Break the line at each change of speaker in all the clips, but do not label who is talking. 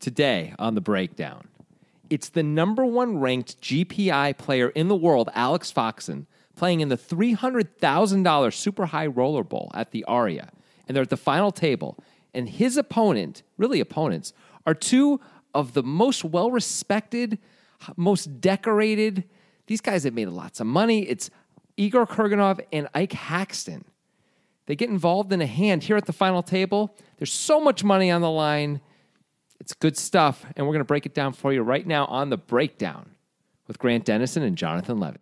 today on the breakdown. It's the number one ranked GPI player in the world, Alex Foxen, playing in the $300,000 Super High Roller Bowl at the Aria. And they're at the final table. And his opponent, really opponents, are two of the most well respected, most decorated. These guys have made lots of money. It's Igor Kurganov and Ike Haxton. They get involved in a hand here at the final table. There's so much money on the line. It's good stuff, and we're going to break it down for you right now on the breakdown with Grant Dennison and Jonathan Levitt.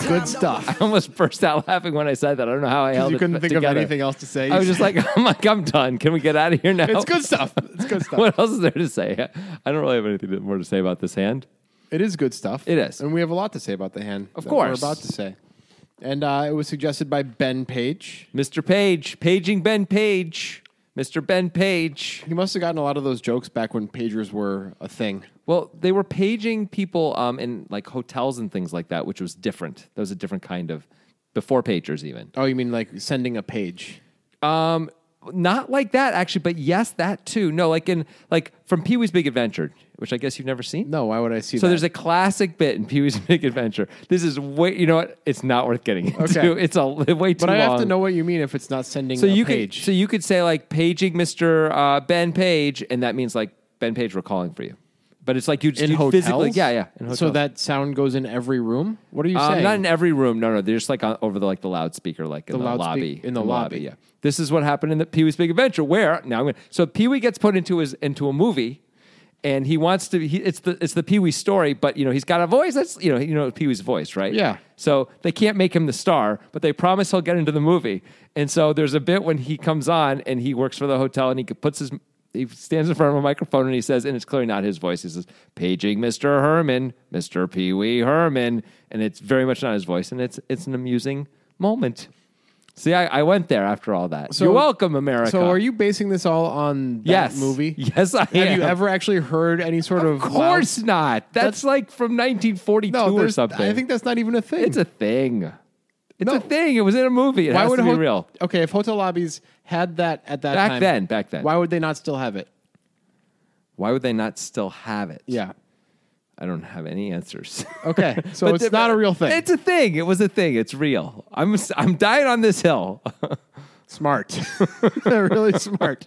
Good stuff. I almost burst out laughing when I said that. I don't know how I held
you
it
couldn't think
together.
of anything else to say.
I was just like, I'm like, I'm done. Can we get out of here now?
it's good stuff. It's good stuff.
What else is there to say? I don't really have anything more to say about this hand.
It is good stuff.
It is.
and we have a lot to say about the hand.
Of
that
course.
we're about to say. And uh, it was suggested by Ben Page.
Mr. Page, paging Ben Page, Mr. Ben Page.
He must have gotten a lot of those jokes back when pagers were a thing.
Well, they were paging people um, in like hotels and things like that, which was different. That was a different kind of before pagers, even.
Oh, you mean like sending a page?
Um, not like that actually, but yes, that too. No, like in like from Pee Wee's Big Adventure, which I guess you've never seen.
No, why would I see
So
that?
there's a classic bit in Pee Wee's Big Adventure. This is way, you know what? It's not worth getting into.
Okay.
It's a way too
but I
long.
have to know what you mean if it's not sending
So
a
you
page.
could so you could say like paging Mr. Uh, ben Page, and that means like Ben Page, we're calling for you. But it's like you just
in
you
hotels?
physically, yeah, yeah. in
So
hotels.
that sound goes in every room? What are you
Um,
saying?
not in every room. No, no. They're just like on, over the like the loudspeaker, like in the,
The loudspe-
lobby.
in the lobby.
yeah. This is what happened in the Pee Wee's Big Adventure. Where now I'm gonna, so Pee Wee gets put into his into a movie, and he wants to. He, it's the it's the Pee Wee story, but you know he's got a voice. That's you know you know Pee Wee's voice, right?
Yeah.
So they can't make him the star, but they promise he'll get into the movie. And so there's a bit when he comes on and he works for the hotel and he puts his he stands in front of a microphone and he says, and it's clearly not his voice. He says, "Paging Mr. Herman, Mr. Pee Wee Herman," and it's very much not his voice. And it's it's an amusing moment. See, I, I went there after all that.
So-
You're welcome, America.
So are you basing this all on that
Yes.
movie?
Yes, I
Have
am.
you ever actually heard any sort of
Of course not. That's,
That's-
like from 1942
loud- No,
or
there's-
something.
I think that's not even a thing.
it's a thing. It's
No.
a thing. It was in a movie. It has to be
ho-
real.
Okay, if hotel lobbies had that at that
Back
time,
then, back then.
why would they not still have it?
Why would they not still have it?
Yeah.
I don't have any answers.
Okay, so
But
it's
the-
not a real thing.
It's a thing. It was a thing. It's real. I'm s- I'm dying on this hill.
smart, really smart.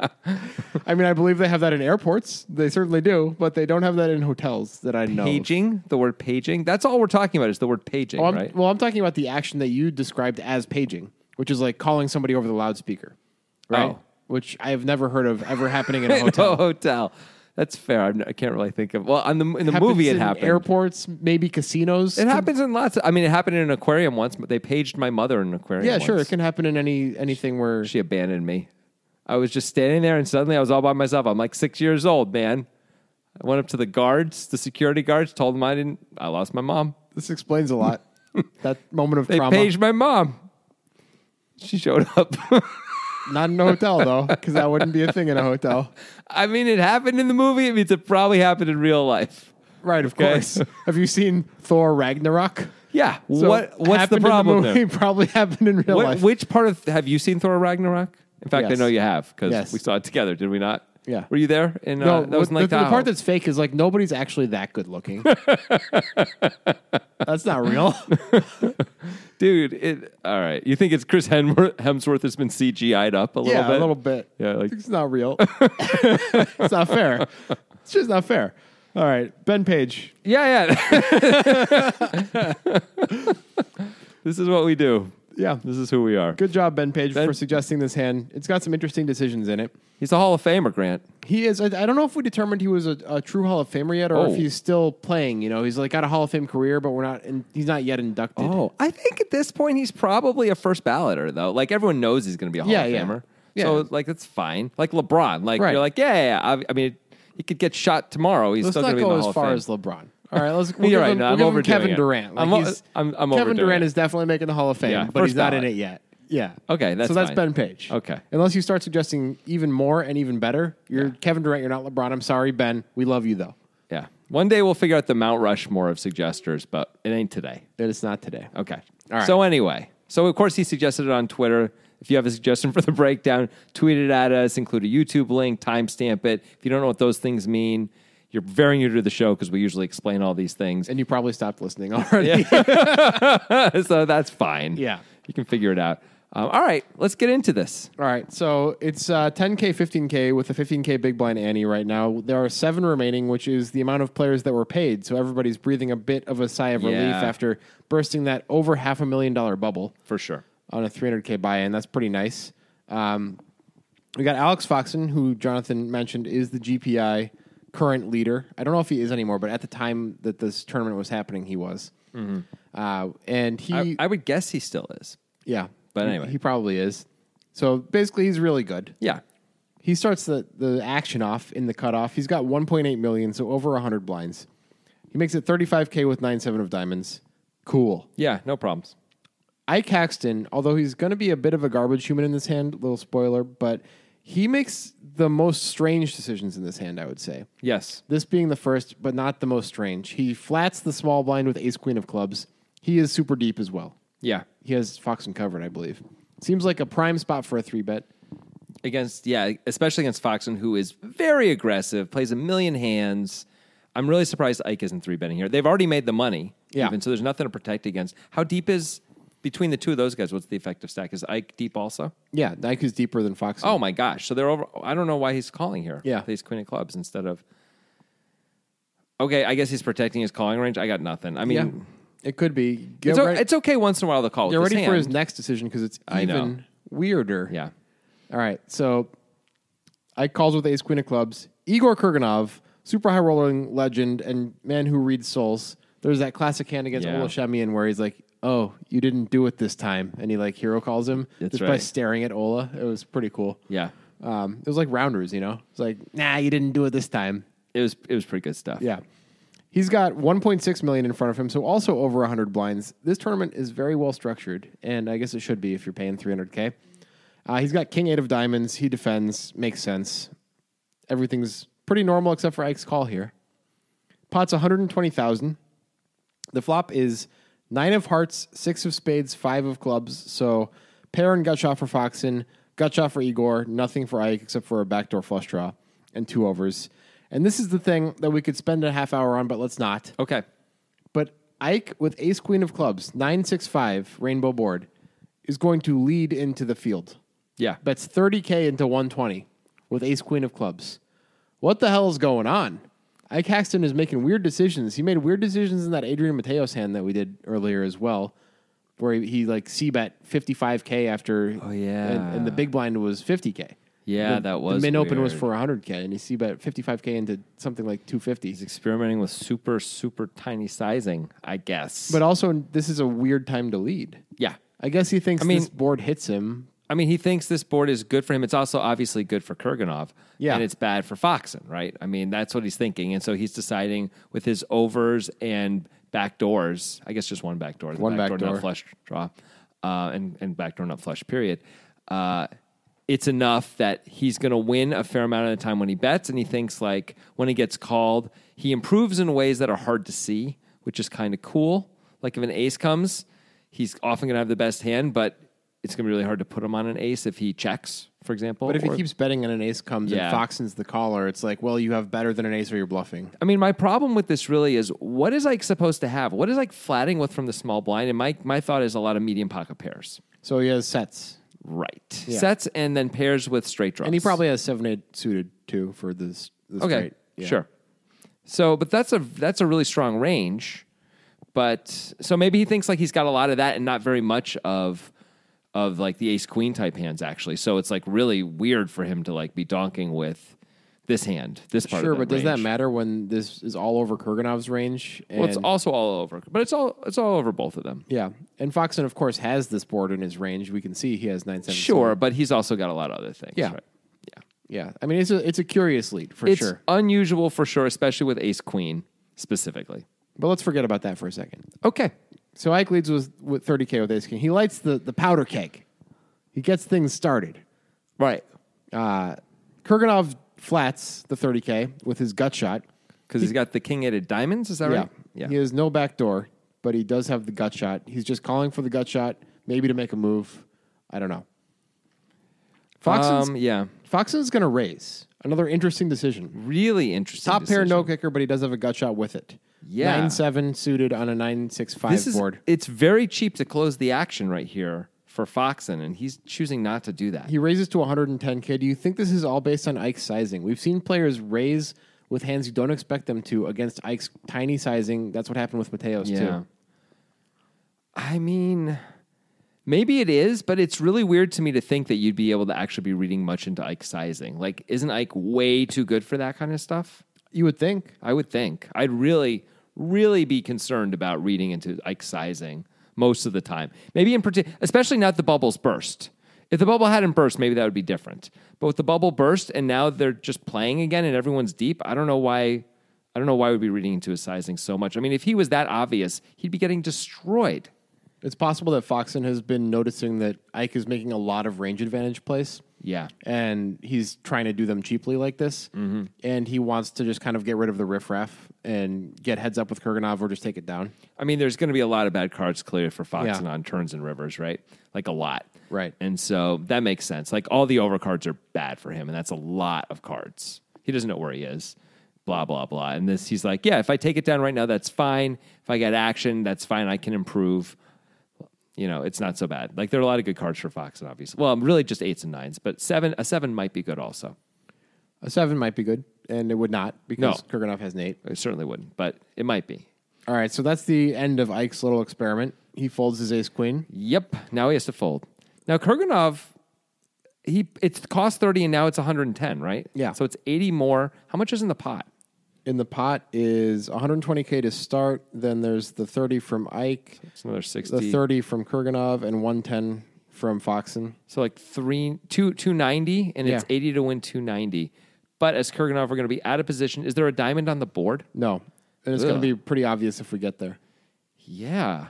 I mean, I believe they have that in airports. They certainly do, but they don't have that in hotels that I know. of.
Paging, the word paging. That's all we're talking about is the word paging,
Well, Oh, I'm,
right?
well, I'm talking about the action that you described as paging, which is like calling somebody over the loudspeaker, right?
Oh.
Which I have never heard of ever happening in a
In a
hotel.
hotel. That's fair. I'm, I can't really think of. Well, on the in the
Happens
movie it
in
happened.
Airports, maybe casinos.
It happens in lots. Of, I mean, it happened in an aquarium once, but they paged my mother in an aquarium.
Yeah, sure. It
once.
can happen in any anything where
She abandoned me. I was just standing there, and suddenly I was all by myself. I'm like six years old, man. I went up to the guards, the security guards, told them I didn't. I lost my mom.
this explains a lot. that moment of
They
trauma.
paged my mom. She showed up.
Not in a hotel though, because that wouldn't be a thing in a hotel.
I mean, it happened in the movie. It means it probably happened in real life.
Right, of
Okay.
course. Have you seen Thor Ragnarok?
Yeah.
So
what What's
happened
the
in
problem?
movie
there?
probably happened in real
What-
life.
which part of have you seen Thor Ragnarok? In fact, I
Yes.
know you have because
Yes.
we saw it together, did we not?
Yeah.
Were you there? And
no,
uh, that was in
the,
like
the
Tahoe.
part that's fake is like nobody's actually that good looking. that's not real.
dude. It all right. You think it's Chris Hemsworth, Hemsworth has been CGI'd up a little
yeah,
bit?
a little bit.
Yeah, like-
it's not real. it's not fair. It's just not fair. All right, Ben Page.
Yeah, yeah. this is what we do.
Yeah,
This is who we are.
good job, Ben Page,
Ben-
for suggesting this hand. It's got some interesting decisions in it.
He's a Hall of Famer, Grant.
He is. I, I don't know if we determined he was a, a true Hall of Famer yet, or
Oh.
if he's still playing. You know, he's like got a Hall of Fame career, but we're not. In, he's not yet inducted.
Oh, I think at this point he's probably a first balloter though. Like everyone knows he's going to be a Hall
Yeah,
of
yeah.
Famer.
Yeah.
So like that's fine. Like LeBron. Like
Right.
you're like yeah. yeah, yeah. I, I mean, he could get shot tomorrow. He's
let's
still
not
going to be in
go
the
as
Hall of
far
Fame.
as LeBron. All right, let's. We'll
You're
give
right.
him-
No,
we'll
I'm
give him
overdoing
Kevin
it.
Durant. Like,
I'm o-
he's-
I'm- I'm
Kevin
overdoing
Durant
it.
is definitely making the Hall of Fame,
Yeah,
but
first
he's not in
ballot.
it yet. Yeah.
Okay, that's
so that's
fine.
Ben Page.
Okay.
Unless you start suggesting even more and even better, you're
Yeah.
Kevin Durant. You're not LeBron. I'm sorry, Ben. We love you though.
yeah. One day we'll figure out the Mount Rushmore of suggesters, but it ain't today.
It is not today.
Okay.
All right.
So anyway, so of course he suggested it on Twitter. If you have a suggestion for the breakdown, tweet it at us. Include a YouTube link, timestamp it. If you don't know what those things mean, you're very new to the show because we usually explain all these things.
And you probably stopped listening already.
so that's fine.
Yeah.
you can figure it out. Um, all right, let's get into this.
All right, so it's uh, 10K, 15K with the 15K big blind Annie right now. There are seven remaining, which is the amount of players that were paid. So everybody's breathing a bit of a sigh of relief
Yeah.
after bursting that over half a million dollar bubble
For sure.
on a 300K buy in. That's pretty nice. Um, we got Alex Foxen, who Jonathan mentioned is the GPI current leader. I don't know if he is anymore, but at the time that this tournament was happening, he was. Uh, and he.
Mm-hmm. I, I would guess he still is.
yeah.
But
He-
anyway.
He probably is. So basically, he's really good.
Yeah.
He starts the, the action off in the cutoff. He's got 1.8 million, so over 100 blinds. He makes it 35K with 9-7 of diamonds. Cool.
Yeah, no problems.
I Caxton, although he's going to be a bit of a garbage human in this hand, little spoiler, but he makes the most strange decisions in this hand, I would say.
Yes.
This being the first, but not the most strange. He flats the small blind with ace queen of clubs. He is super deep as well.
Yeah.
He has fox and covered, I believe. Seems like a prime spot for a three bet.
against yeah, especially against Foxen, who is very aggressive, plays a million hands. I'm really surprised Ike isn't three betting here. They've already made the money,
Yeah.
Even so, there's nothing to protect against. How deep is between the two of those guys? What's the effective stack? Is Ike deep also?
Yeah, Nike is deeper than fox.
Oh my gosh! So they're over. I don't know why he's calling here.
Yeah.
these queen of clubs instead of. Okay, I guess he's protecting his calling range. I got nothing. I mean,
yeah. It could be. Get
it's, o-
right-
it's okay once in a while to call. with
Get
his
ready for
hand.
his next decision because it's
I know.
even weirder.
Yeah,
All right. So Ike calls with ace queen of clubs. Igor Kurganov, super high rolling legend and man who reads souls. There's that classic hand against
Yeah.
Ola Shemian where he's like, "Oh, you didn't do it this time," and he like hero calls him
That's
just by
right.
staring at Ola. It was pretty cool.
yeah.
Um, it was like rounders, you know. It's like, "Nah, you didn't do it this time."
It was it was pretty good stuff.
Yeah. He's got 1.6 million in front of him, so also over 100 blinds. This tournament is very well structured, and I guess it should be if you're paying 300k. Uh, he's got king eight of diamonds. He defends. Makes sense. Everything's pretty normal except for Ike's call here. Pot's 120,000. The flop is nine of hearts, six of spades, five of clubs. So pair and gut shot for Foxen, gut shot for Igor, nothing for Ike except for a backdoor flush draw and two overs. And this is the thing that we could spend a half hour on, but let's not.
Okay.
But Ike with ace queen of clubs, 965 rainbow board, is going to lead into the field.
Yeah.
Bets 30K into 120 with ace queen of clubs. What the hell is going on? Ike Haxton is making weird decisions. He made weird decisions in that Adrian Mateos hand that we did earlier as well, where he, he like C bet 55K after. Oh,
yeah.
And, and the big blind was 50K.
Yeah,
The-
that was
The min open was
weird.
for 100K, and he C bet 55K into something like 250.
He's experimenting with super, super tiny sizing, I guess.
But also, this is a weird time to lead.
yeah.
I guess he thinks
mean-
this board hits him.
I mean, he thinks this board is good for him. It's also obviously good for Kurganov.
Yeah.
And it's bad for Foxen, right? I mean, that's what he's thinking. And so he's deciding with his overs and backdoors, I guess just one backdoor, the
One
backdoor
backdoor.
nut flush draw, uh, and, and backdoor nut flush, period. Uh, it's enough that he's going to win a fair amount of the time when he bets. And he thinks, like, when he gets called, he improves in ways that are hard to see, which is kind of cool. Like, if an ace comes, he's often going to have the best hand, but it's going to be really hard to put him on an ace if he checks, for example.
But if he
or-
keeps betting and an ace comes
Yeah.
and Foxen's the caller, it's like, well, you have better than an ace or you're bluffing.
I mean, my problem with this really is what is Ike supposed to have? What is Ike flatting with from the small blind? And my, my thought is a lot of medium pocket pairs.
So he has sets.
Right. Sets and then pairs with straight draws.
And he probably has seven eight suited too for this. this
okay,
straight. Yeah.
sure. So, but that's a that's a really strong range. But so maybe he thinks like he's got a lot of that and not very much of of like the ace queen type hands actually. So it's like really weird for him to like be donking with this hand, this part.
Sure,
of the
but does that
range.
matter when this is all over Kurganov's range? And,
Well, it's also all over, but it's all it's all over both of them.
yeah. And Foxen, of course, has this board in his range. We can see he has nine seven.
Sure, but he's also got a lot of other things.
Yeah.
right? yeah.
Yeah. I mean, it's a it's a curious lead for
It's
sure.
unusual for sure, especially with ace queen specifically.
But let's forget about that for a second.
Okay,
So Ike leads with, with 30K with Ace King. He lights the, the powder keg. He gets things started.
right.
Uh, Kurganov flats the 30K with his gut shot.
because he's got the king eight of diamonds. Is that right?
Yeah. He has no back door, but he does have the gut shot. He's just calling for the gut shot, maybe to make a move. I don't know. Foxen's,
Um, yeah.
Foxen's going to raise. Another interesting decision.
Really interesting.
Top pair,
decision.
no kicker, but he does have a gut shot with it.
Yeah.
9 7 suited on a 9 6
This
5
is
board.
it's very cheap to close the action right here for Foxen, and he's choosing not to do that.
He raises to 110K. Do you think this is all based on Ike's sizing? We've seen players raise with hands you don't expect them to against Ike's tiny sizing. That's what happened with Mateos, too.
I mean, maybe it is, but it's really weird to me to think that you'd be able to actually be reading much into Ike's sizing. Like, isn't Ike way too good for that kind of stuff?
You would think.
I would think. I'd really, really be concerned about reading into Ike's sizing most of the time. Maybe in particular, especially not the bubbles burst. If the bubble hadn't burst, maybe that would be different. But with the bubble burst and now they're just playing again and everyone's deep, I don't know why. I don't know why we'd be reading into his sizing so much. I mean, if he was that obvious, he'd be getting destroyed.
It's possible that Foxen has been noticing that Ike is making a lot of range advantage plays.
Yeah.
And he's trying to do them cheaply like this. Mm-hmm. And he wants to just kind of get rid of the riffraff and get heads up with Kurganov or just take it down.
I mean, there's going to be a lot of bad cards cleared for Fox
Yeah.
and on turns and rivers, right? Like a lot.
Right.
And so that makes sense. Like all the overcards are bad for him, and that's a lot of cards. He doesn't know where he is. Blah, blah, blah. And this he's like, Yeah, if I take it down right now, that's fine. If I get action, that's fine. I can improve. You know, it's not so bad. Like there are a lot of good cards for Fox and obviously. Well, really just eights and nines, but seven a seven might be good also.
A seven might be good, and it would not because
No.
Kurganov has an eight.
It certainly wouldn't, but it might be.
All right, so that's the end of Ike's little experiment. He folds his ace queen.
Yep. Now he has to fold. Now Kurganov, he it's cost thirty and now it's one hundred and ten, right?
Yeah.
So it's eighty more. How much is in the pot?
In the pot is 120K to start. Then there's the 30 from Ike,
It's another sixty.
the 30 from Kurganov, and 110 from Foxen.
So like three two two ninety, and it's
Yeah.
eighty to win two ninety. But as Kurganov, we're going to be out of position. Is there a diamond on the board?
No. And it's going
Ugh.
to be pretty obvious if we get there.
Yeah.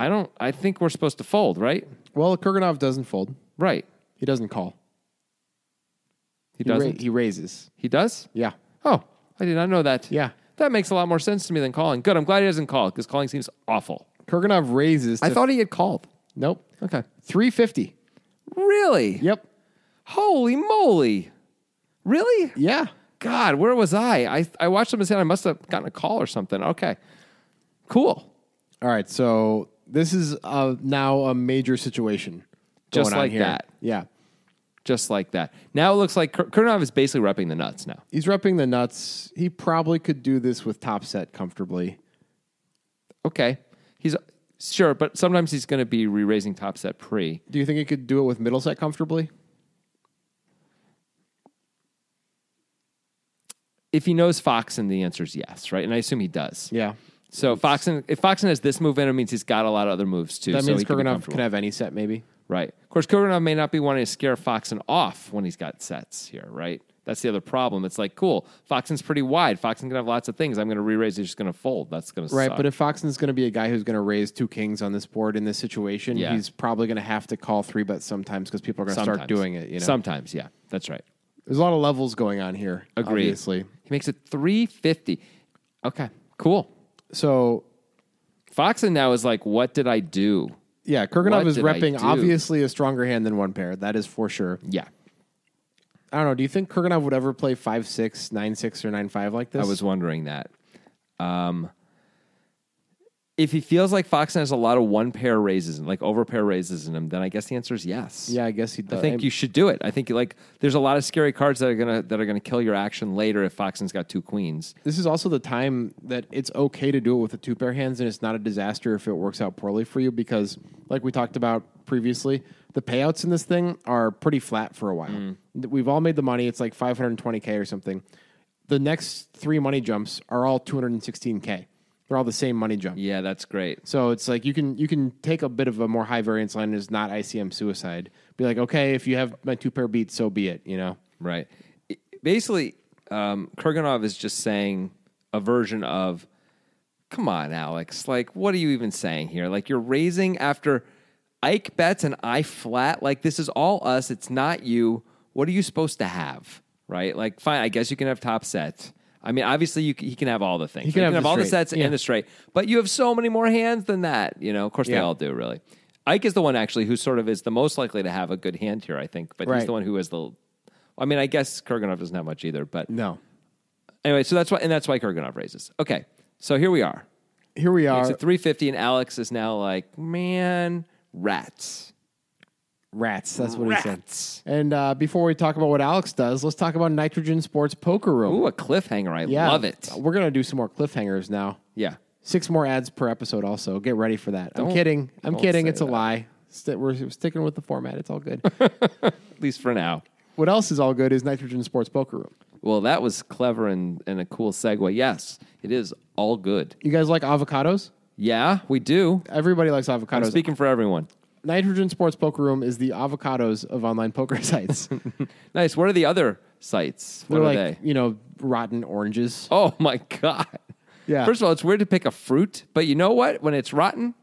I don't. I think we're supposed to fold, right?
Well, Kurganov doesn't fold.
Right.
He doesn't call.
He
ra-
doesn't.
he raises.
he does.
Yeah.
Oh, I did not know that.
Yeah.
That makes a lot more sense to me than calling. Good. I'm glad he doesn't call because calling seems awful.
Kurganov raises. To,
I thought he had called.
Nope.
Okay.
350.
Really?
Yep.
Holy moly. Really?
Yeah.
God, where was I? I, I watched him and said I must have gotten a call or something. Okay. Cool.
All right. So this is uh, now a major situation.
Just
going on
like
here.
that.
Yeah.
Just like that. Now it looks like Kur- Kurnov is basically repping the nuts now.
He's repping the nuts. He probably could do this with top set comfortably.
Okay. He's sure, but sometimes he's going to be re raising top set pre.
Do you think he could do it with middle set comfortably?
If he knows Foxen, the answer is yes, right? And I assume he does.
Yeah.
So Foxen, if Foxen has this move in, it means he's got a lot of other moves too.
That
so
means
he can be
Kurganov
comfortable.
can have any set, maybe.
Right. Of course, Kurganov may not be wanting to scare Foxen off when he's got sets here, right? That's the other problem. It's like, cool, Foxen's pretty wide. Foxen can have lots of things. I'm going to re-raise. He's just going to fold. That's going to
Right,
suck.
but if Foxen's going to be a guy who's going to raise two kings on this board in this situation,
Yeah.
he's probably going to have to call three bets sometimes because people are going to start
Sometimes.
doing it. You know,
Sometimes, yeah. That's right.
there's a lot of levels going on here.
Agreed.
Obviously,
He makes it 350. Okay, cool.
so
Foxen now is like, what did I do?
yeah, Kurganov
What
is
did I
repping
do?
obviously a stronger hand than one pair. That is for sure.
Yeah.
I don't know. Do you think Kurganov would ever play five six, nine six, or nine five like this?
I was wondering that. Um, if he feels like Foxen has a lot of one pair raises, like over pair raises in him, then I guess the answer is yes.
Yeah, I guess he.
Uh, I think you should do it. I think like there's a lot of scary cards that are gonna that are gonna kill your action later if Foxen's got two queens.
This is also the time that it's okay to do it with the two pair hands, and it's not a disaster if it works out poorly for you because, like we talked about previously, the payouts in this thing are pretty flat for a while. We've all made the money; it's like 520k or something. The next three money jumps are all 216k. They're all the same money jump.
Yeah, that's great.
So it's like you can you can take a bit of a more high variance line. It's not ICM suicide. Be like, okay, if you have my two pair beat, so be it. You know,
Right. It- basically, um, Kurganov is just saying a version of, "Come on, Alex. Like, what are you even saying here? Like, you're raising after Ike bets and I flat. Like, this is all us. It's not you. What are you supposed to have? Right? Like, fine. I guess you can have top set. I mean, obviously, you, c- he can have all the things. He
can have
have
the
all the
straight,
sets
yeah.
and the straight, but you have so many more hands than that. You know, of course, they
Yeah.
all do, really. Ike is the one actually who sort of is the most likely to have a good hand here, I think, but
Right.
he's the one who is the. I mean, I guess Kurganov doesn't have much either, but
No.
anyway, so that's why, and that's why Kurganov raises. Okay, so here we are.
Here we
It's
are.
at 350, and Alex is now like, man, rats.
Rats. That's what he said.
Rats.
And uh, before we talk about what Alex does, let's talk about Nitrogen Sports Poker Room.
Ooh, a cliffhanger. I
Yeah.
love it.
We're going to do some more cliffhangers now.
Yeah.
Six more ads per episode, also. Get ready for that. I'm
Don't-
kidding. I'm
don't
kidding.
say
It's a
that.
lie. St- we're sticking with the format. It's all good.
At least for now.
what else is all good is Nitrogen Sports Poker Room.
Well, that was clever and, and a cool segue. Yes, it is all good.
You guys like avocados?
Yeah, we do.
Everybody likes avocados.
Speaking for everyone.
Nitrogen Sports Poker Room is the avocados of online poker sites.
Nice. What are the other sites? What
They're
are
like,
they?
you know, rotten oranges.
Oh my god.
Yeah.
First of all, it's weird to pick a fruit, but you know what? When it's rotten,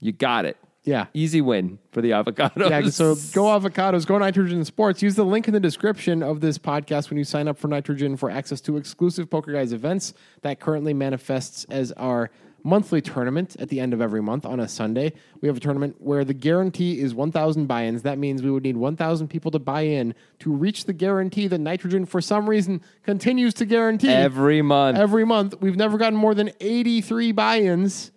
you got it.
Yeah.
Easy win for the avocados.
Yeah, so go avocados, go nitrogen sports. Use the link in the description of this podcast when you sign up for nitrogen for access to exclusive Poker Guys events that currently manifests as our monthly tournament at the end of every month on a Sunday. We have a tournament where the guarantee is 1,000 buy ins. That means we would need 1,000 people to buy in to reach the guarantee that nitrogen, for some reason, continues to guarantee
every month.
every month. We've never gotten more than 83 buy ins.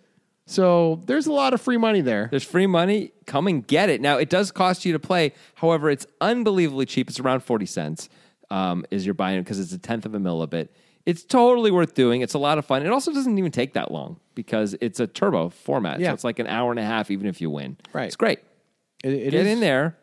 So there's a lot of free money there.
There's free money. Come and get it. Now, it does cost you to play. However, it's unbelievably cheap. It's around 40 cents um, is your buy-in because it's a tenth of a millibit. It's totally worth doing. It's a lot of fun. It also doesn't even take that long because it's a turbo format.
Yeah.
So it's like an hour and a half even if you win.
Right.
It's great.
It, it
Get
is-
in there.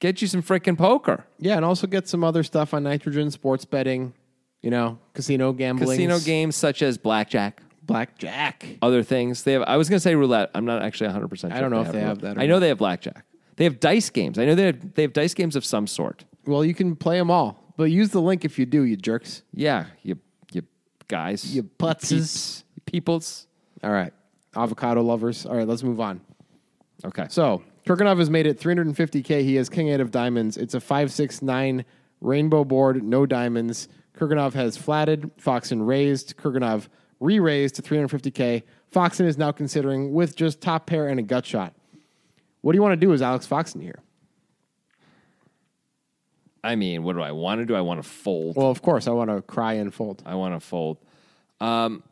Get you some freaking poker.
Yeah, and also get some other stuff on nitrogen, sports betting, you know, casino gambling,
Casino games such as blackjack,
blackjack.
other things. They have I was going to say roulette. I'm not actually 100% sure.
I don't know if they have
roulette.
that or
I know they have blackjack. They have dice games. I know they have, they have dice games of some sort.
Well, you can play them all, but use the link if you do, you jerks.
Yeah, you you guys,
You putzes.
peeps, you peoples.
All right, avocado lovers. All right, let's move on.
Okay, so
So Turganov has made it 350k. He has king eight of diamonds. It's a five six nine rainbow board, no diamonds. Kurganov has flatted, Foxen raised, Kurganov re-raised to 350k. Foxen is now considering with just top pair and a gut shot. What do you want to do as Alex Foxen here?
I mean, what do I want to do? I want to fold.
Well, of course, I want to cry and fold.
I want to fold. Um,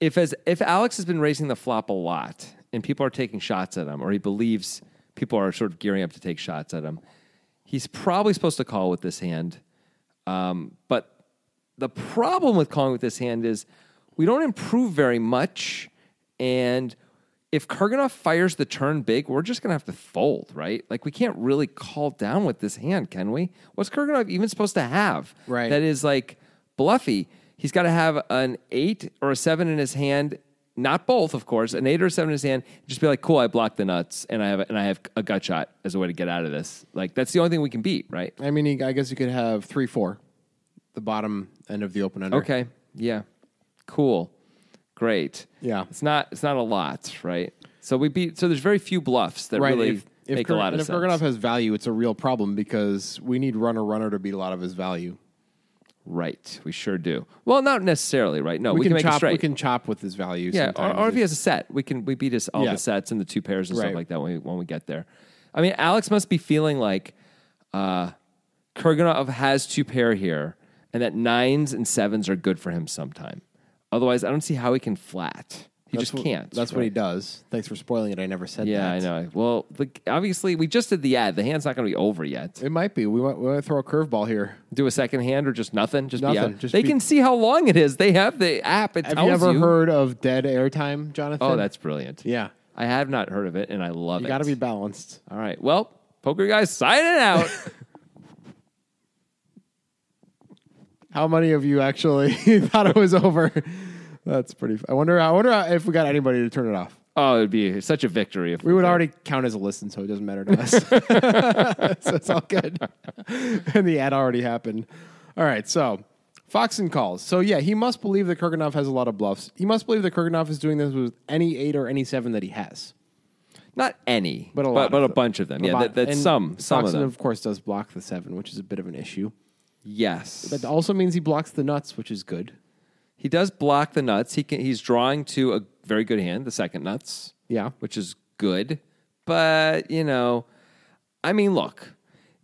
if as if Alex has been raising the flop a lot and people are taking shots at him, or he believes people are sort of gearing up to take shots at him, he's probably supposed to call with this hand. Um, but the problem with calling with this hand is we don't improve very much, and if Kurganov fires the turn big, we're just gonna have to fold, right? Like we can't really call down with this hand, can we? What's Kurganov even supposed to have?
Right.
That is like bluffy. He's got to have an eight or a seven in his hand, not both, of course, an eight or a seven in his hand. Just be like, cool, I blocked the nuts, and I have and I have a gut shot as a way to get out of this. Like that's the only thing we can beat, right?
I mean, I guess you could have three four, the bottom end of the open under.
Okay, yeah, cool, great.
Yeah.
it's not it's not a lot, right? So we beat. So there's very few bluffs that
Right.
really
if if,
make
Kur-
a lot of
and if
sense.
Kurganov has value, it's a real problem because we need runner runner to beat a lot of his value.
right, we sure do. Well, not necessarily, right? No, we, can, make
chop.
it straight.
We can chop with his value.
Yeah, or,
sometimes.
or if he has a set, we can we beat us all
Yeah.
the sets and the two pairs and
Right.
stuff like that when we, when we get there. I mean, Alex must be feeling like uh, Kurganov has two pair here, and that nines and sevens are good for him sometime. Otherwise, I don't see how he can flat. He
That's
just
what-
can't.
That's what he does. Thanks for spoiling it. I never said
Yeah,
that.
I know. Well, the, obviously, we just did the ad. The hand's not going to be over yet.
It might be. We want, we want to throw a curveball here.
Do a second hand or just nothing. Just
Nothing.
Be out.
Just
they
be-
can see how long it is. They have the app. It
Have
tells
you ever heard of dead airtime, Jonathan?
Oh, that's brilliant.
yeah.
I have not heard of it, and I love it.
You got to be balanced.
All right. Well, poker guys, signing out.
How many of you actually thought it was over? That's pretty. I wonder. I wonder if we got anybody to turn it off.
oh, it'd be such a victory if
We would already count as a listen, so it doesn't matter to us. so it's all good. and the ad already happened. All right, so Foxen calls. So yeah, he must believe that Kurganov has a lot of bluffs. He must believe that Kurganov is doing this with any eight or any seven that he has.
not any,
But a lot
but,
of
a
them.
bunch of them.
A
yeah,
lot.
that, that's
And
some some of
Foxen,
them.
of course, does block the seven, which is a bit of an issue.
Yes.
That also means he blocks the nuts, which is good.
He does block the nuts. He can, he's drawing to a very good hand, the second nuts.
Yeah.
Which is good. But, you know, I mean, look,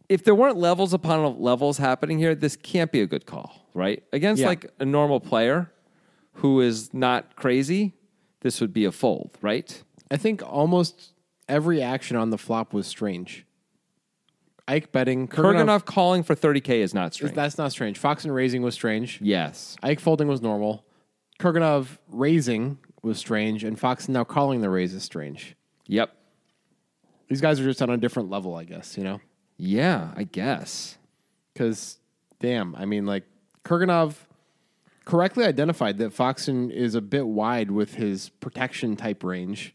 if there weren't levels upon levels happening here, this can't be a good call, right? Against
Yeah.
like a normal player who is not crazy, this would be a fold, right?
I think almost every action on the flop was strange. Ike betting, Kurganov,
Kurganov calling for 30K is not strange.
that's not strange. Fox and raising was strange.
yes.
Ike folding was normal. Kurganov raising was strange, and Fox now calling the raise is strange.
Yep.
These guys are just on a different level, I guess, you know?
Yeah, I guess.
Because, damn, I mean, like, Kurganov correctly identified that Foxen is a bit wide with his protection type range.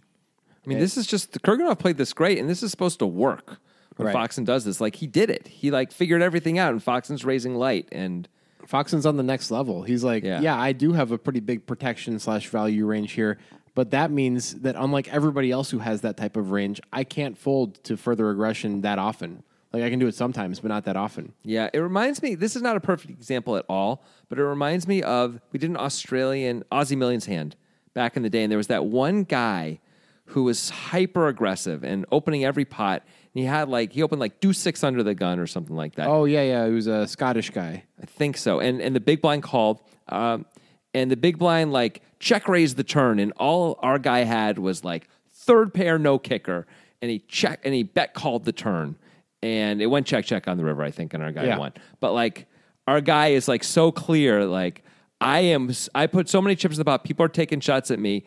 I mean, this is just Kurganov played this great, and this is supposed to work when
Right.
Foxen does this. Like he did it. He like figured everything out, and Foxen's raising light, and
Foxen's on the next level. He's like,
Yeah.
yeah, I do have a pretty big protection slash value range here, but that means that unlike everybody else who has that type of range, I can't fold to further aggression that often. Like, I can do it sometimes, but not that often.
yeah, it reminds me. This is not a perfect example at all, but it reminds me of we did an Australian Aussie Millions hand back in the day, and there was that one guy who was hyper aggressive and opening every pot. And he had like he opened like do six under the gun or something like that.
Oh, yeah, yeah. He was a Scottish guy.
I think so. And and the big blind called, um, and the big blind like check raised the turn, and all our guy had was like third pair no kicker, and he check and he bet called the turn, and it went check check on the river I think, and our guy
Yeah.
won. But like our guy is like so clear, like I am s- I put so many chips in the pot, people are taking shots at me,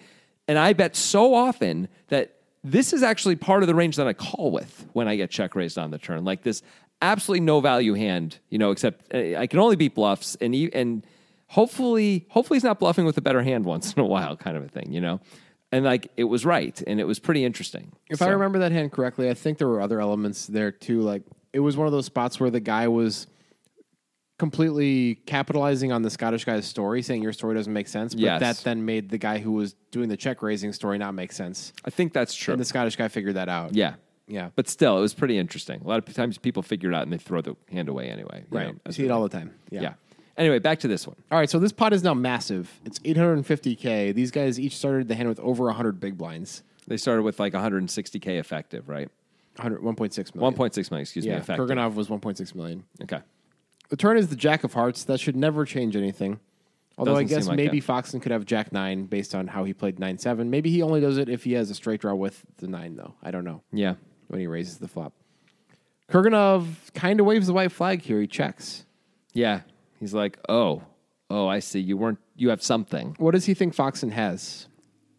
and I bet so often that. This is actually part of the range that I call with when I get check raised on the turn. Like this absolutely no value hand, you know, except uh, I can only beat bluffs and e- and hopefully hopefully he's not bluffing with a better hand once in a while kind of a thing, you know. And like it was right and it was pretty interesting.
If
So-
I remember that hand correctly, I think there were other elements there too. Like it was one of those spots where the guy was completely capitalizing on the Scottish guy's story, saying your story doesn't make sense. But
Yes.
that then made the guy who was doing the check raising story not make sense.
I think that's true.
And the Scottish guy figured that out.
yeah.
Yeah.
But still, it was pretty interesting. A lot of times people figure it out and they throw the hand away anyway. you
Right.
know,
I
as
see
a-
it all the time.
yeah.
Yeah.
Anyway, back to this one.
All right. So this pot is now massive. It's 850K. These guys each started the hand with over 100 big blinds,
They started with like 160k effective, right?
100, 1.6 million.
1.6 million, excuse me,
yeah.
effective.
Kurganov was 1.6 million.
Okay.
The turn is the Jack of Hearts. That should never change anything. Although I
Doesn't seem
guess
like
maybe Foxen could have Jack nine based on how he played nine seven. Maybe he only does it if he has a straight draw with the nine though. I don't know
Yeah.
when he raises the flop. Kurganov kind of waves the white flag here. He checks.
Yeah. He's like, "Oh, oh, I see. You weren't you have something."
What does he think Foxen has?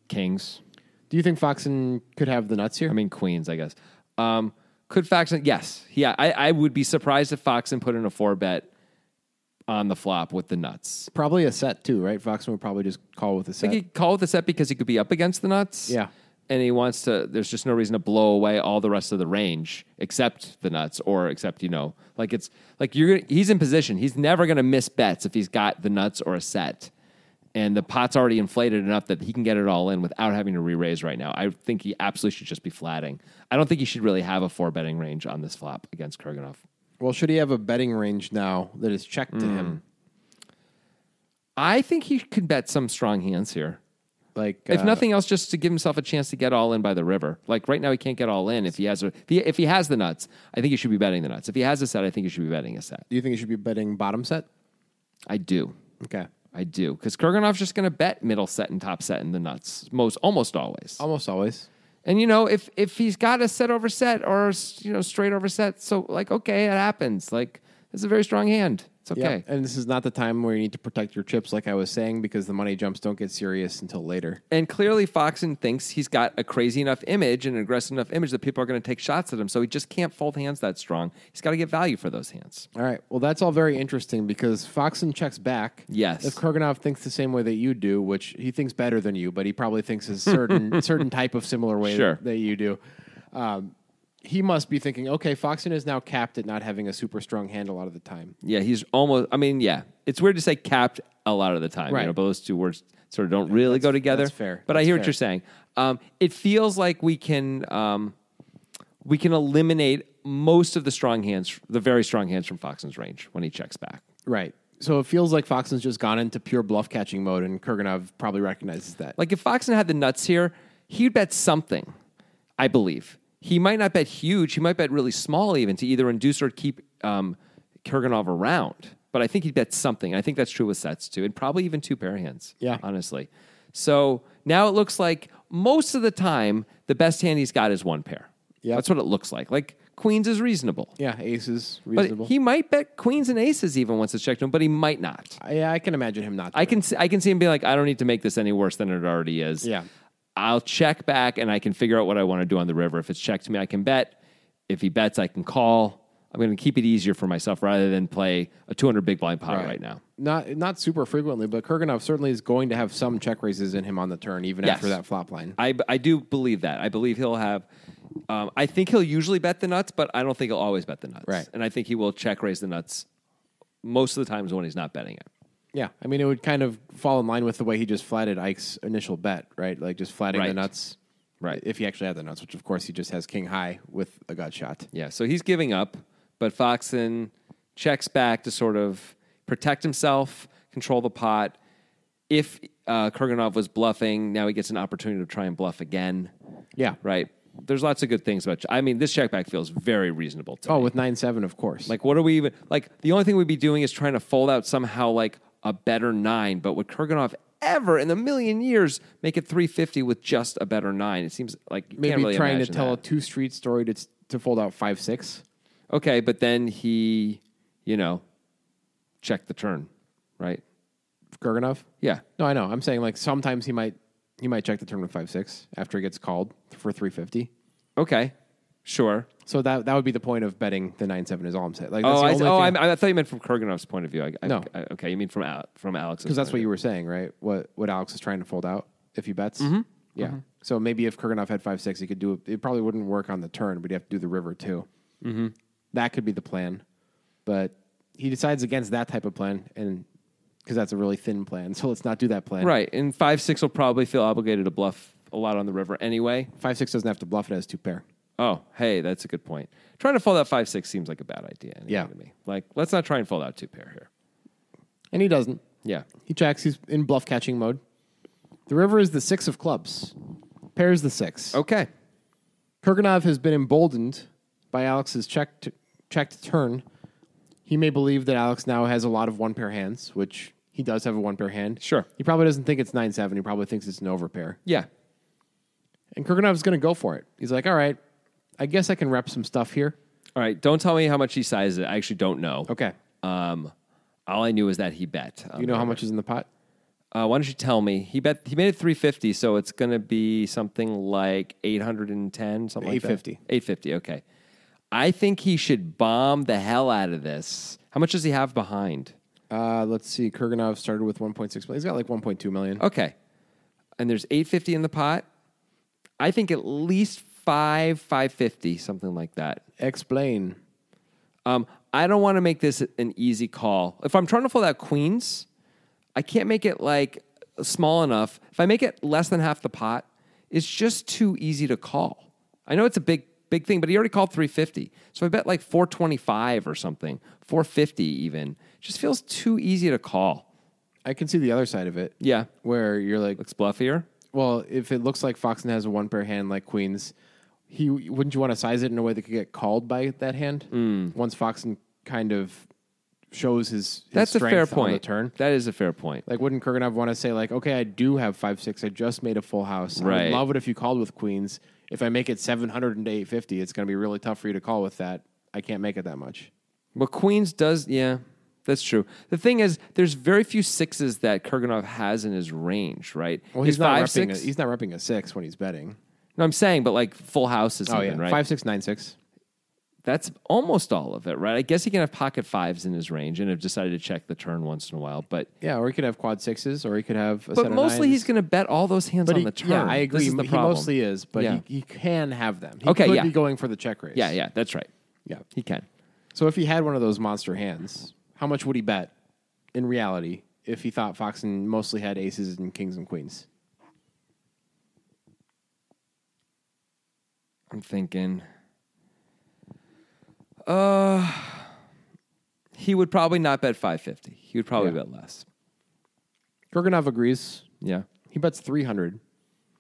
Kings.
Do you think Foxen could have the nuts here?
I mean Queens, I guess. Um, could Foxen? Yes, yeah. I, I would be surprised if Foxen put in a four bet on the flop with the nuts.
probably a set too, right? Foxen would probably just call with a
I
set.
think he called the set because he could be up against the nuts.
Yeah.
and he wants to. There's just no reason to blow away all the rest of the range except the nuts, or except you know, like it's like you're. gonna- He's in position. He's never going to miss bets if he's got the nuts or a set. And the pot's already inflated enough that he can get it all in without having to re-raise right now. I think he absolutely should just be flatting. I don't think he should really have a four betting range on this flop against Kurganov.
well, should he have a betting range now that is checked to him?
Hmm. I think he could bet some strong hands here.
Like
If
uh,
nothing else, just to give himself a chance to get all in by the river. Like right now, he can't get all in if he has a, if, he, if he has the nuts. I think he should be betting the nuts. If he has a set, I think he should be betting a set.
do you think he should be betting bottom set?
I do,
Okay,
I do, because Kurganov's just going to bet middle set and top set in the nuts most almost always.
almost always.
And you know, if if he's got a set over set or you know straight over set, so like okay, it happens. Like it's a very strong hand. It's
Yeah,
okay.
And this is not the time where you need to protect your chips, like I was saying, because the money jumps don't get serious until later.
And clearly, Foxen thinks he's got a crazy enough image and an aggressive enough image that people are going to take shots at him. So he just can't fold hands that strong. He's got to get value for those hands.
All right. Well, that's all very interesting because Foxen checks back.
Yes.
If Kurganov thinks the same way that you do, which he thinks better than you, but he probably thinks a certain certain type of similar way
Sure.
that you do, um, he must be thinking, okay, Foxen is now capped at not having a super strong hand a lot of the time.
Yeah, he's almost. I mean, yeah, it's weird to say capped a lot of the time. You
Right.
know, but those two words sort of don't really go together.
that's fair.
But I
That's
hear what
fair.
you're saying. Um, it feels like we can um, we can eliminate most of the strong hands, the very strong hands from Foxen's range when he checks back.
Right. So it feels like Foxen's just gone into pure bluff catching mode, and Kurganov probably recognizes that.
Like if Foxen had the nuts here, he'd bet something, I believe. He might not bet huge. He might bet really small even to either induce or keep um, Kurganov around. But I think he'd bet something. I think that's true with sets too, and probably even two pair hands.
Yeah.
Honestly. So now it looks like most of the time the best hand he's got is one pair.
Yep.
That's what it looks like. Like Queens is reasonable.
yeah, aces
But
reasonable.
he might bet queens and aces even once it's checked to him, but he might not.
I, yeah, I can imagine him not.
I
doing
can see, I can see him being like, I don't need to make this any worse than it already is.
Yeah.
I'll check back and I can figure out what I want to do on the river. If it's checked to me, I can bet. If he bets, I can call. I'm going to keep it easier for myself rather than play a 200 big blind pot
it.
right now.
Not not super frequently, but Kurganov certainly is going to have some check raises in him on the turn, even
Yes.
after that flop line.
I, I do believe that. I believe he'll have. Um, I think he'll usually bet the nuts, but I don't think he'll always bet the nuts.
Right.
And I think he will check raise the nuts most of the times when he's not betting it.
Yeah, I mean, it would kind of fall in line with the way he just flatted Ike's initial bet, right? Like just flatting the
Right.
nuts,
Right.
If he actually had the nuts, which of course he just has king high with a gut shot.
Yeah, so he's giving up, but Foxen checks back to sort of protect himself, control the pot. If uh, Kurganov was bluffing, now he gets an opportunity to try and bluff again.
Yeah,
Right? There's lots of good things about. I mean, this check back feels very reasonable to
Oh,
me.
with nine seven, of course.
Like, what are we even like? The only thing we'd be doing is trying to fold out somehow like a better nine. But would Kurganov ever in a million years make it 350 with just a better nine? It seems like you
maybe
can't really
trying to
imagine
tell
that.
a two street story to to fold out five six.
Okay, but then he, you know, checked the turn, right?
Kurganov.
Yeah.
No, I know. I'm saying like sometimes he might he might check the turn with five six after he gets called for three fifty.
Okay. Sure.
So that that would be the point of betting the nine seven is all I'm saying. Like that's
Oh,
the
I,
only
oh
thing-
I, I thought you meant from Kurganov's point of view. I, I,
No.
I- okay, you mean from Al, from Alex's.
Because that's what you were saying, right? What what Alex is trying to fold out if he bets.
Mm-hmm.
Yeah. So maybe if Kurganov had five six, he could do it. It probably wouldn't work on the turn, but he'd have to do the river too. Mm-hmm. That could be the plan, but he decides against that type of plan, and because that's a really thin plan, so let's not do that plan.
Right, and five six will probably feel obligated to bluff a lot on the river anyway.
Five six doesn't have to bluff; it has two pair.
Oh, hey, that's a good point. Trying to fold out five six seems like a bad idea. Anyway
Yeah.
to me. Like, let's not try and fold out two pair here.
And he doesn't.
Yeah.
He checks. He's in bluff catching mode. The river is the six of clubs. Pair is the six.
Okay.
Kurganov has been emboldened by Alex's checked checked turn. He may believe that Alex now has a lot of one pair hands, which he does have a one pair hand.
Sure.
He probably doesn't think it's nine seven. He probably thinks it's an overpair.
Yeah.
And Kurganov's going to go for it. He's like, "All right, I guess I can rep some stuff here."
All right. Don't tell me how much he sized it. I actually don't know.
Okay.
Um, all I knew is that he bet.
You know how much is in the pot?
Uh, why don't you tell me? He bet he made it three fifty, so it's going to be something like eight hundred and ten, something like that.
850.
Eight fifty. Okay. I think he should bomb the hell out of this. How much does he have behind?
Uh, let's see. Kurganov started with 1.6 million. He's got like 1.2 million.
Okay. And there's eight fifty in the pot. I think at least five five fifty, something like that.
Explain.
Um, I don't want to make this an easy call. If I'm trying to fold out queens, I can't make it like small enough. If I make it less than half the pot, it's just too easy to call. I know it's a big, big thing, but he already called 350. So I bet like 425 or something, 450 even. Just feels too easy to call.
I can see the other side of it.
Yeah.
Where you're like,
Looks bluffier.
Well, if it looks like Foxen has a one pair hand like Queens, he wouldn't you want to size it in a way that could get called by that hand
Hmm.
once Foxen kind of shows his, his
That's a fair
strength on the
point.
turn.
That is a fair point.
Like, wouldn't Kurganov want to say like, okay, I do have five six. I just made a full house. I
Right.
would love it if you called with Queens. If I make it seven hundred and eight fifty, it's going to be really tough for you to call with that. I can't make it that much.
Well, Queens does, yeah, that's true. The thing is, there's very few sixes that Kurganov has in his range, right?
Well,
His
he's not
five,
repping
six.
A, he's not repping a six when he's betting.
no, I'm saying, but like full house is
Oh
something,
yeah,
right?
five six nine six.
That's almost all of it, right? I guess he can have pocket fives in his range and have decided to check the turn once in a while, but
Yeah, or he could have quad sixes, or he could have. A set
but
of
mostly
nines.
he's going to bet all those hands on
he-
the turn.
Yeah, I agree.
This is the
he
problem.
mostly is, but
Yeah.
he, he can have them. He
Okay,
could
yeah.
be going for the check raise.
yeah, yeah, that's right.
yeah.
He can.
So if he had one of those monster hands, how much would he bet in reality if he thought Foxen mostly had aces and kings and queens?
I'm thinking. Uh, he would probably not bet 550. He would probably
Yeah.
bet less.
Kurganov agrees.
Yeah.
He bets 300,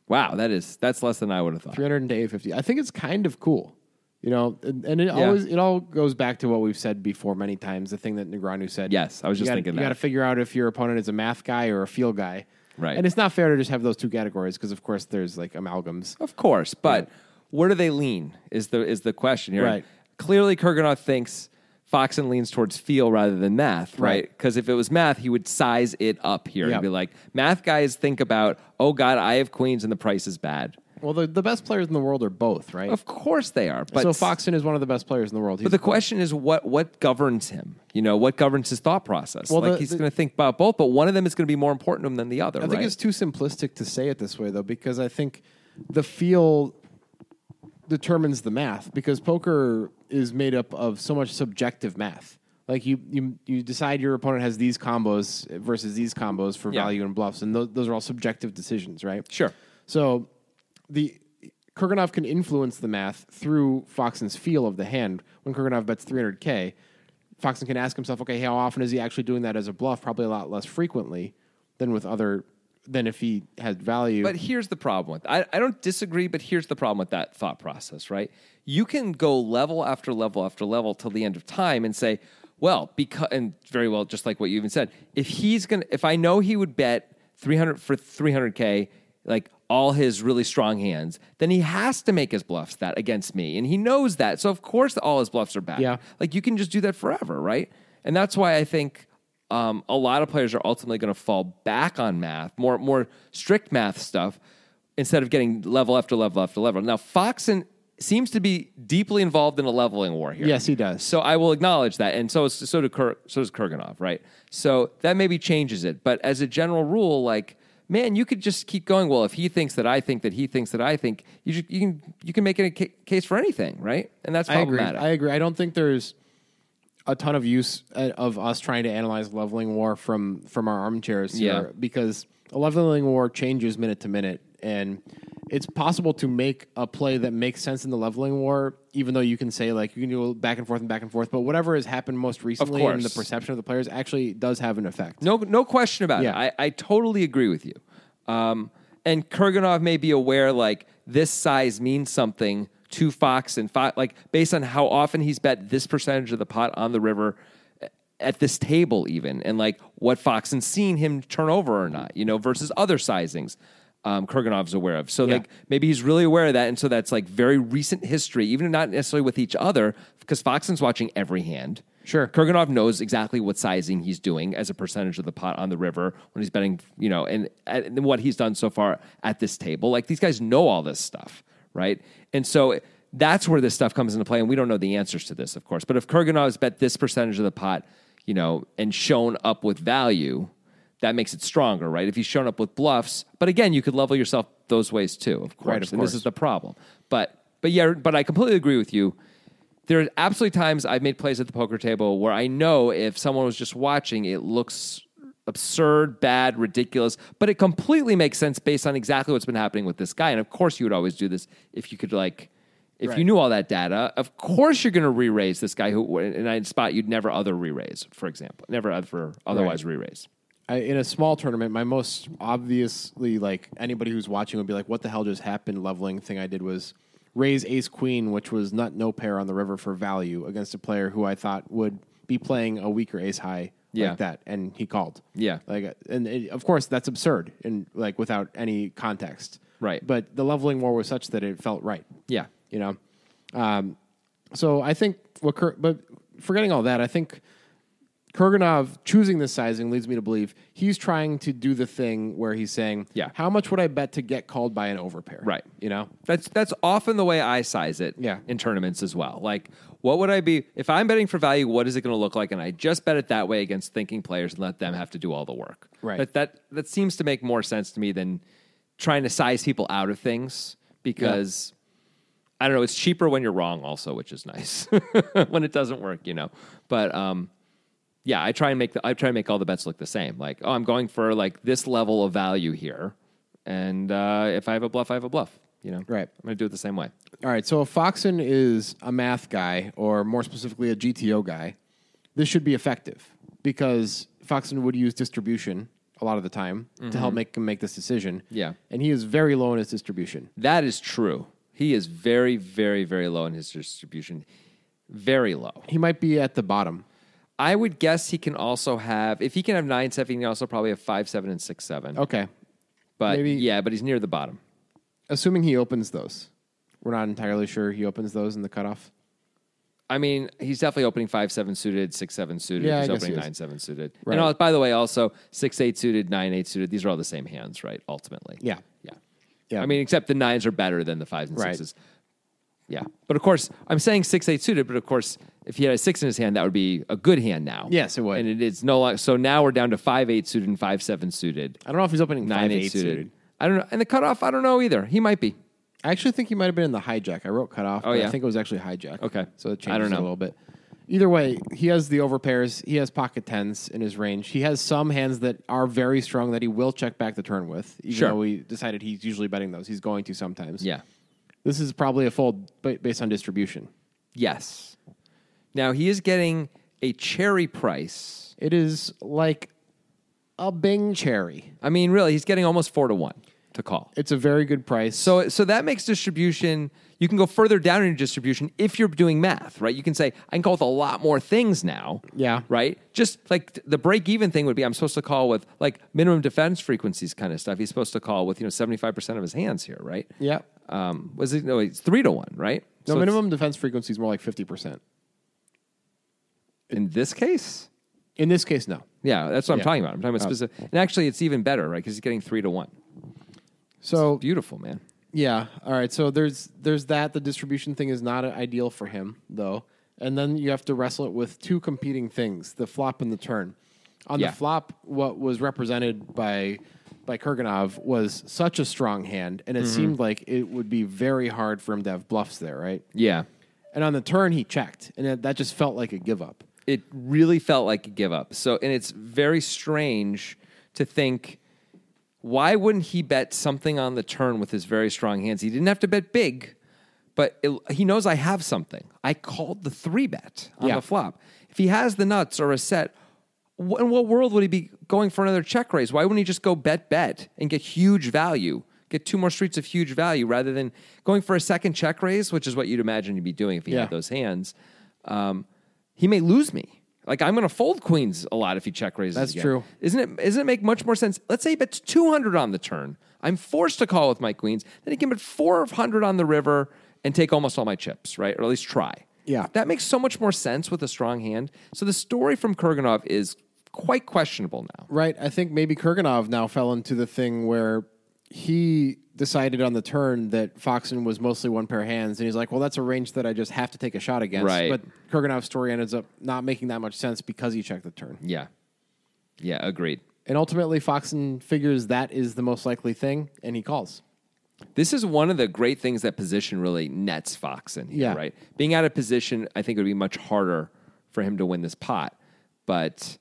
Wow, that is that's less than I would have thought.
300 to 850. I think it's kind of cool. You know, and, and it always it all goes back to what we've said before many times. The thing that Negreanu said.
Yes, I was
You
just
gotta-
thinking
you
that.
got to figure out if your opponent is a math guy or a feel guy.
Right.
And it's not fair to just have those two categories because, of course, there's like amalgams.
Of course, but where do they lean is the is the question here.
Right.
Clearly, Kurganov thinks Foxen leans towards feel rather than math, right?
Right.
Because if it was math, he would size it up here
Yeah.
and be like, math guys think about, oh God, I have queens and the price is bad.
Well, the, the best players in the world are both, right?
Of course they are, but
so Foxen is one of the best players in the world. He's
But the question is what what governs him? You know, what governs his thought process?
Well,
like
the-
he's
the-
going to think about both, but one of them is going to be more important to him than the other.
I think
right?
it's too simplistic to say it this way, though, because I think the feel determines the math. Because poker is made up of so much subjective math. Like you, you, you decide your opponent has these combos versus these combos for
Yeah.
value and bluffs, and those, those are all subjective decisions, right?
Sure.
So the Kurganov can influence the math through Foxen's feel of the hand. When Kurganov bets 300k, Foxen can ask himself, okay, how often is he actually doing that as a bluff? Probably a lot less frequently than with other than if he had value.
But here's the problem with I, I don't disagree, but here's the problem with that thought process, right? You can go level after level after level till the end of time and say, well, because and very well, just like what you even said, if he's gonna if I know he would bet three hundred for three hundred K, like all his really strong hands, then he has to make his bluffs that against me. And he knows that. So of course all his bluffs are bad.
Yeah.
Like you can just do that forever, right? And that's why I think um, a lot of players are ultimately going to fall back on math, more more strict math stuff, instead of getting level after level after level. Now Foxen seems to be deeply involved in a leveling war here.
Yes, he does.
So I will acknowledge that, and so is, so do Kur, so does Kurganov, right? So that maybe changes it, but as a general rule, like. Man, you could just keep going. Well, if he thinks that I think that he thinks that I think, you, ju- you can you can make it a ca- case for anything, right? And that's
I agree.
problematic.
I agree. I don't think there's a ton of use uh, of us trying to analyze leveling war from from our armchairs here
Yeah.
because a leveling war changes minute to minute and it's possible to make a play that makes sense in the leveling war even though you can say like you can do back and forth and back and forth but whatever has happened most recently and the
course.
perception of the players actually does have an effect
No, no question about
Yeah.
it. I, I totally agree with you. Um, and Kurganov may be aware like this size means something to Fox and Fox, like based on how often he's bet this percentage of the pot on the river a- at this table, even, and like what Fox and seen him turn over or not, you know, versus other sizings. Um, Kurganov's aware of. So,
Yeah.
like, maybe he's really aware of that. And so that's like very recent history, even not necessarily with each other, because Foxen's watching every hand.
Sure.
Kurganov knows exactly what sizing he's doing as a percentage of the pot on the river when he's betting, you know, and, and what he's done so far at this table. Like these guys know all this stuff, right? And so that's where this stuff comes into play. And we don't know the answers to this, of course. But if Kurganov's bet this percentage of the pot, you know, and shown up with value, that makes it stronger, right? If he's shown up with bluffs, but again, you could level yourself those ways too, of course.
Right, of
and
course.
this is the problem. But but yeah, but I completely agree with you there are absolutely times I've made plays at the poker table where I know if someone was just watching, it looks absurd, bad, ridiculous, but it completely makes sense based on exactly what's been happening with this guy. And of course, you would always do this if you could, like, if
Right.
you knew all that data. Of course, you're going to re-raise this guy who in a spot you'd never other re-raise, for example, never other otherwise re-raise.
I, in a small tournament, my most obviously like anybody who's watching would be like, "What the hell just happened?" Leveling thing I did was raise ace queen, which was nut no pair on the river for value against a player who I thought would be playing a weaker ace high
Yeah.
like that, and he called.
Yeah.
like and it, of course that's absurd and like without any context.
Right.
but the leveling war was such that it felt right.
Yeah.
you know. Um, so I think what, Kur- but forgetting all that, I think Kurganov choosing this sizing leads me to believe he's trying to do the thing where he's saying,
Yeah.
how much would I bet to get called by an overpair?
Right.
You know?
That's that's often the way I size it
Yeah.
in tournaments as well. Like, what would I be if I'm betting for value? What is it going to look like? And I just bet it that way against thinking players and let them have to do all the work.
Right.
That that, that seems to make more sense to me than trying to size people out of things because I don't know. It's cheaper when you're wrong, also, which is nice when it doesn't work, you know. But um, yeah, I try and make the, I try and make all the bets look the same. Like, oh, I'm going for like this level of value here, and uh, if I have a bluff, I have a bluff. You know,
Right.
I'm gonna do it the same way.
All right. So if Foxen is a math guy, or more specifically, a GTO guy, this should be effective because Foxton would use distribution a lot of the time to help make him make this decision.
Mm-hmm. Yeah.
And he is very low in his distribution.
That is true. He is very, very, very low in his distribution. Very low.
He might be at the bottom.
I would guess he can also have, if he can have nine seven, he can also probably have five seven and six seven.
Okay.
but
maybe-
yeah, but he's near the bottom.
Assuming he opens those. We're not entirely sure he opens those in the cutoff.
I mean, he's definitely opening five seven suited, six seven suited.
Yeah, I
he's
guess
opening
he is.
nine seven suited.
Right.
And all, by the way, also six eight suited, nine eight suited. These are all the same hands, right? Ultimately.
Yeah.
Yeah.
Yeah.
I mean, except the nines are better than the fives and
Right.
sixes. Yeah. But of course, I'm saying six eight suited, but of course, if he had a six in his hand, that would be a good hand now.
Yes, it would.
And it is no lo- so now we're down to five eight suited and five seven suited.
I don't know if he's opening
Nine eight
5'8"
suited. I don't know. And the cutoff, I don't know either. He might be.
I actually think he might have been in the hijack. I wrote cutoff.
Oh,
but I
yeah.
think it was actually hijack.
Okay.
So it changes
I don't
it a
know.
little bit. Either way, he has the overpairs. He has pocket tens in his range. He has some hands that are very strong that he will check back the turn with, even
Sure.
though we decided he's usually betting those. He's going to sometimes.
Yeah.
This is probably a fold ba- based on distribution.
Yes. Now he is getting a cherry price.
It is like a Bing cherry.
I mean, really, he's getting almost four to one to call.
It's a very good price.
So, so that makes distribution. You can go further down in your distribution if you're doing math, right? You can say I can call with a lot more things now.
Yeah.
Right. Just like th- the break even thing would be, I'm supposed to call with like minimum defense frequencies kind of stuff. He's supposed to call with you know 75 percent of his hands here, right?
yeah.
Um, was it no? It's three to one, right? So
No,
it's-
minimum defense frequency is more like 50%.
in this case.
In this case, no.
Yeah, that's what I'm
Yeah.
talking about. I'm talking about
Oh.
specific. And actually, it's even better, right? Because he's getting three to one.
So
Beautiful, man.
Yeah. All right. So there's there's that. The distribution thing is not ideal for him though, and then you have to wrestle it with two competing things: the flop and the turn. On
Yeah.
the flop, what was represented by by Kurganov was such a strong hand, and it seemed like it would be very hard for him to have bluffs there, right?
Yeah.
And on the turn, he checked, and that- that just felt like a give up.
It really felt like a give up. So, and it's very strange to think why wouldn't he bet something on the turn with his very strong hands? He didn't have to bet big, but it, he knows I have something. I called the three bet on
Yeah.
the flop. If he has the nuts or a set, wh- in what world would he be going for another check raise? Why wouldn't he just go bet bet and get huge value? Get two more streets of huge value rather than going for a second check raise, which is what you'd imagine you'd be doing if he
Yeah.
had those hands. Um, he may lose me. Like I'm going to fold queens a lot if he check raises.
That's
again.
true.
Isn't it? Isn't it make much more sense? Let's say he bets 200 on the turn. I'm forced to call with my queens. Then he can bet 400 on the river and take almost all my chips, right? Or at least try.
Yeah.
that makes so much more sense with a strong hand. So the story from Kurganov is quite questionable now.
Right. I think maybe Kurganov now fell into the thing where he decided on the turn that Foxen was mostly one pair hands, and he's like, "Well, that's a range that I just have to take a shot against."
Right.
But Kurganov's story ends up not making that much sense because he checked the turn,
Yeah, yeah, agreed.
and ultimately Foxen figures that is the most likely thing, and he calls.
This is one of the great things that position really nets Fox in here,
Yeah.
right? Being out of position, I think it would be much harder for him to win this pot. But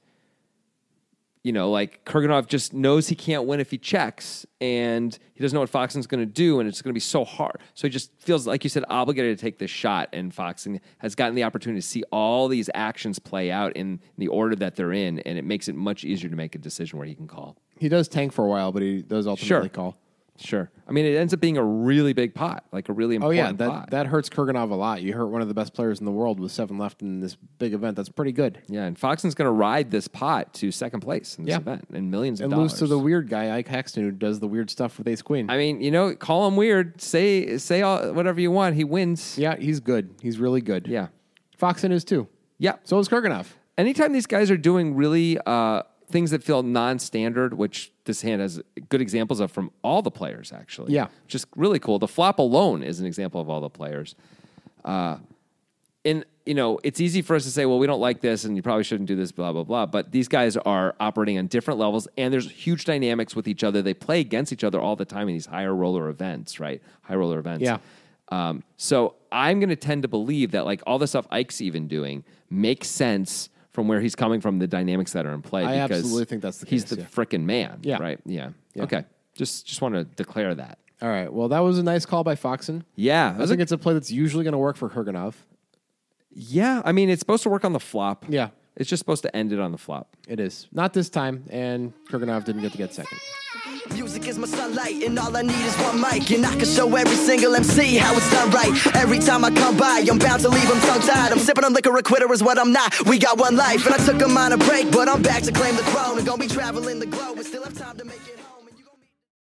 you know, like Kurganov just knows he can't win if he checks, and he doesn't know what Foxen's going to do, and it's going to be so hard. So he just feels, like you said, obligated to take this shot. And Foxen has gotten the opportunity to see all these actions play out in the order that they're in, and it makes it much easier to make a decision where he can call.
He does tank for a while, but he does ultimately
Sure.
call.
Sure, I mean, it ends up being a really big pot, like a really
Oh
important
yeah, that
pot.
that hurts Kurganov a lot. You hurt one of the best players in the world with seven left in this big event. That's pretty good.
Yeah, and Foxen's going to ride this pot to second place in this
Yeah.
event and millions of
And
dollars.
lose to the weird guy Ike Hexton, who does the weird stuff with Ace Queen.
I mean, you know, call him weird. Say say all, whatever you want. He wins.
Yeah, he's good. He's really good.
Yeah.
Foxen is too.
Yeah.
So is Kurganov.
Anytime these guys are doing really uh, things that feel non-standard, which this hand has good examples of from all the players, actually.
Yeah.
Just really cool. The flop alone is an example of all the players. and you know it's easy for us to say well we don't like this and you probably shouldn't do this blah blah blah but these guys are operating on different levels and there's huge dynamics with each other they play against each other all the time in these higher roller events right high roller events
Yeah.
um, so i'm going to tend to believe that like all the stuff ike's even doing makes sense from where he's coming from the dynamics that are in play
I
because
absolutely think that's the
he's
case,
the
yeah.
frickin' man
Yeah.
right yeah.
Yeah.
okay just just want to declare that
All right. Well, that was a nice call by Foxen.
yeah
I think it's a play that's usually going to work for Kurganov.
yeah i mean it's supposed to work on the flop
Yeah.
It's just supposed to end it on the flop.
It is. Not this time, and Kurganov didn't get to get second.
Music is my sunlight, and all I need is one mic. And I can show every single MC how it's done right. Every time I come by, I'm bound to leave them tongue tied. I'm sipping on liquor, a quitter is what I'm not. We got one life, and I took 'em on a break, but I'm back to claim the throne. And gonna be traveling the globe, and still have time to make it home.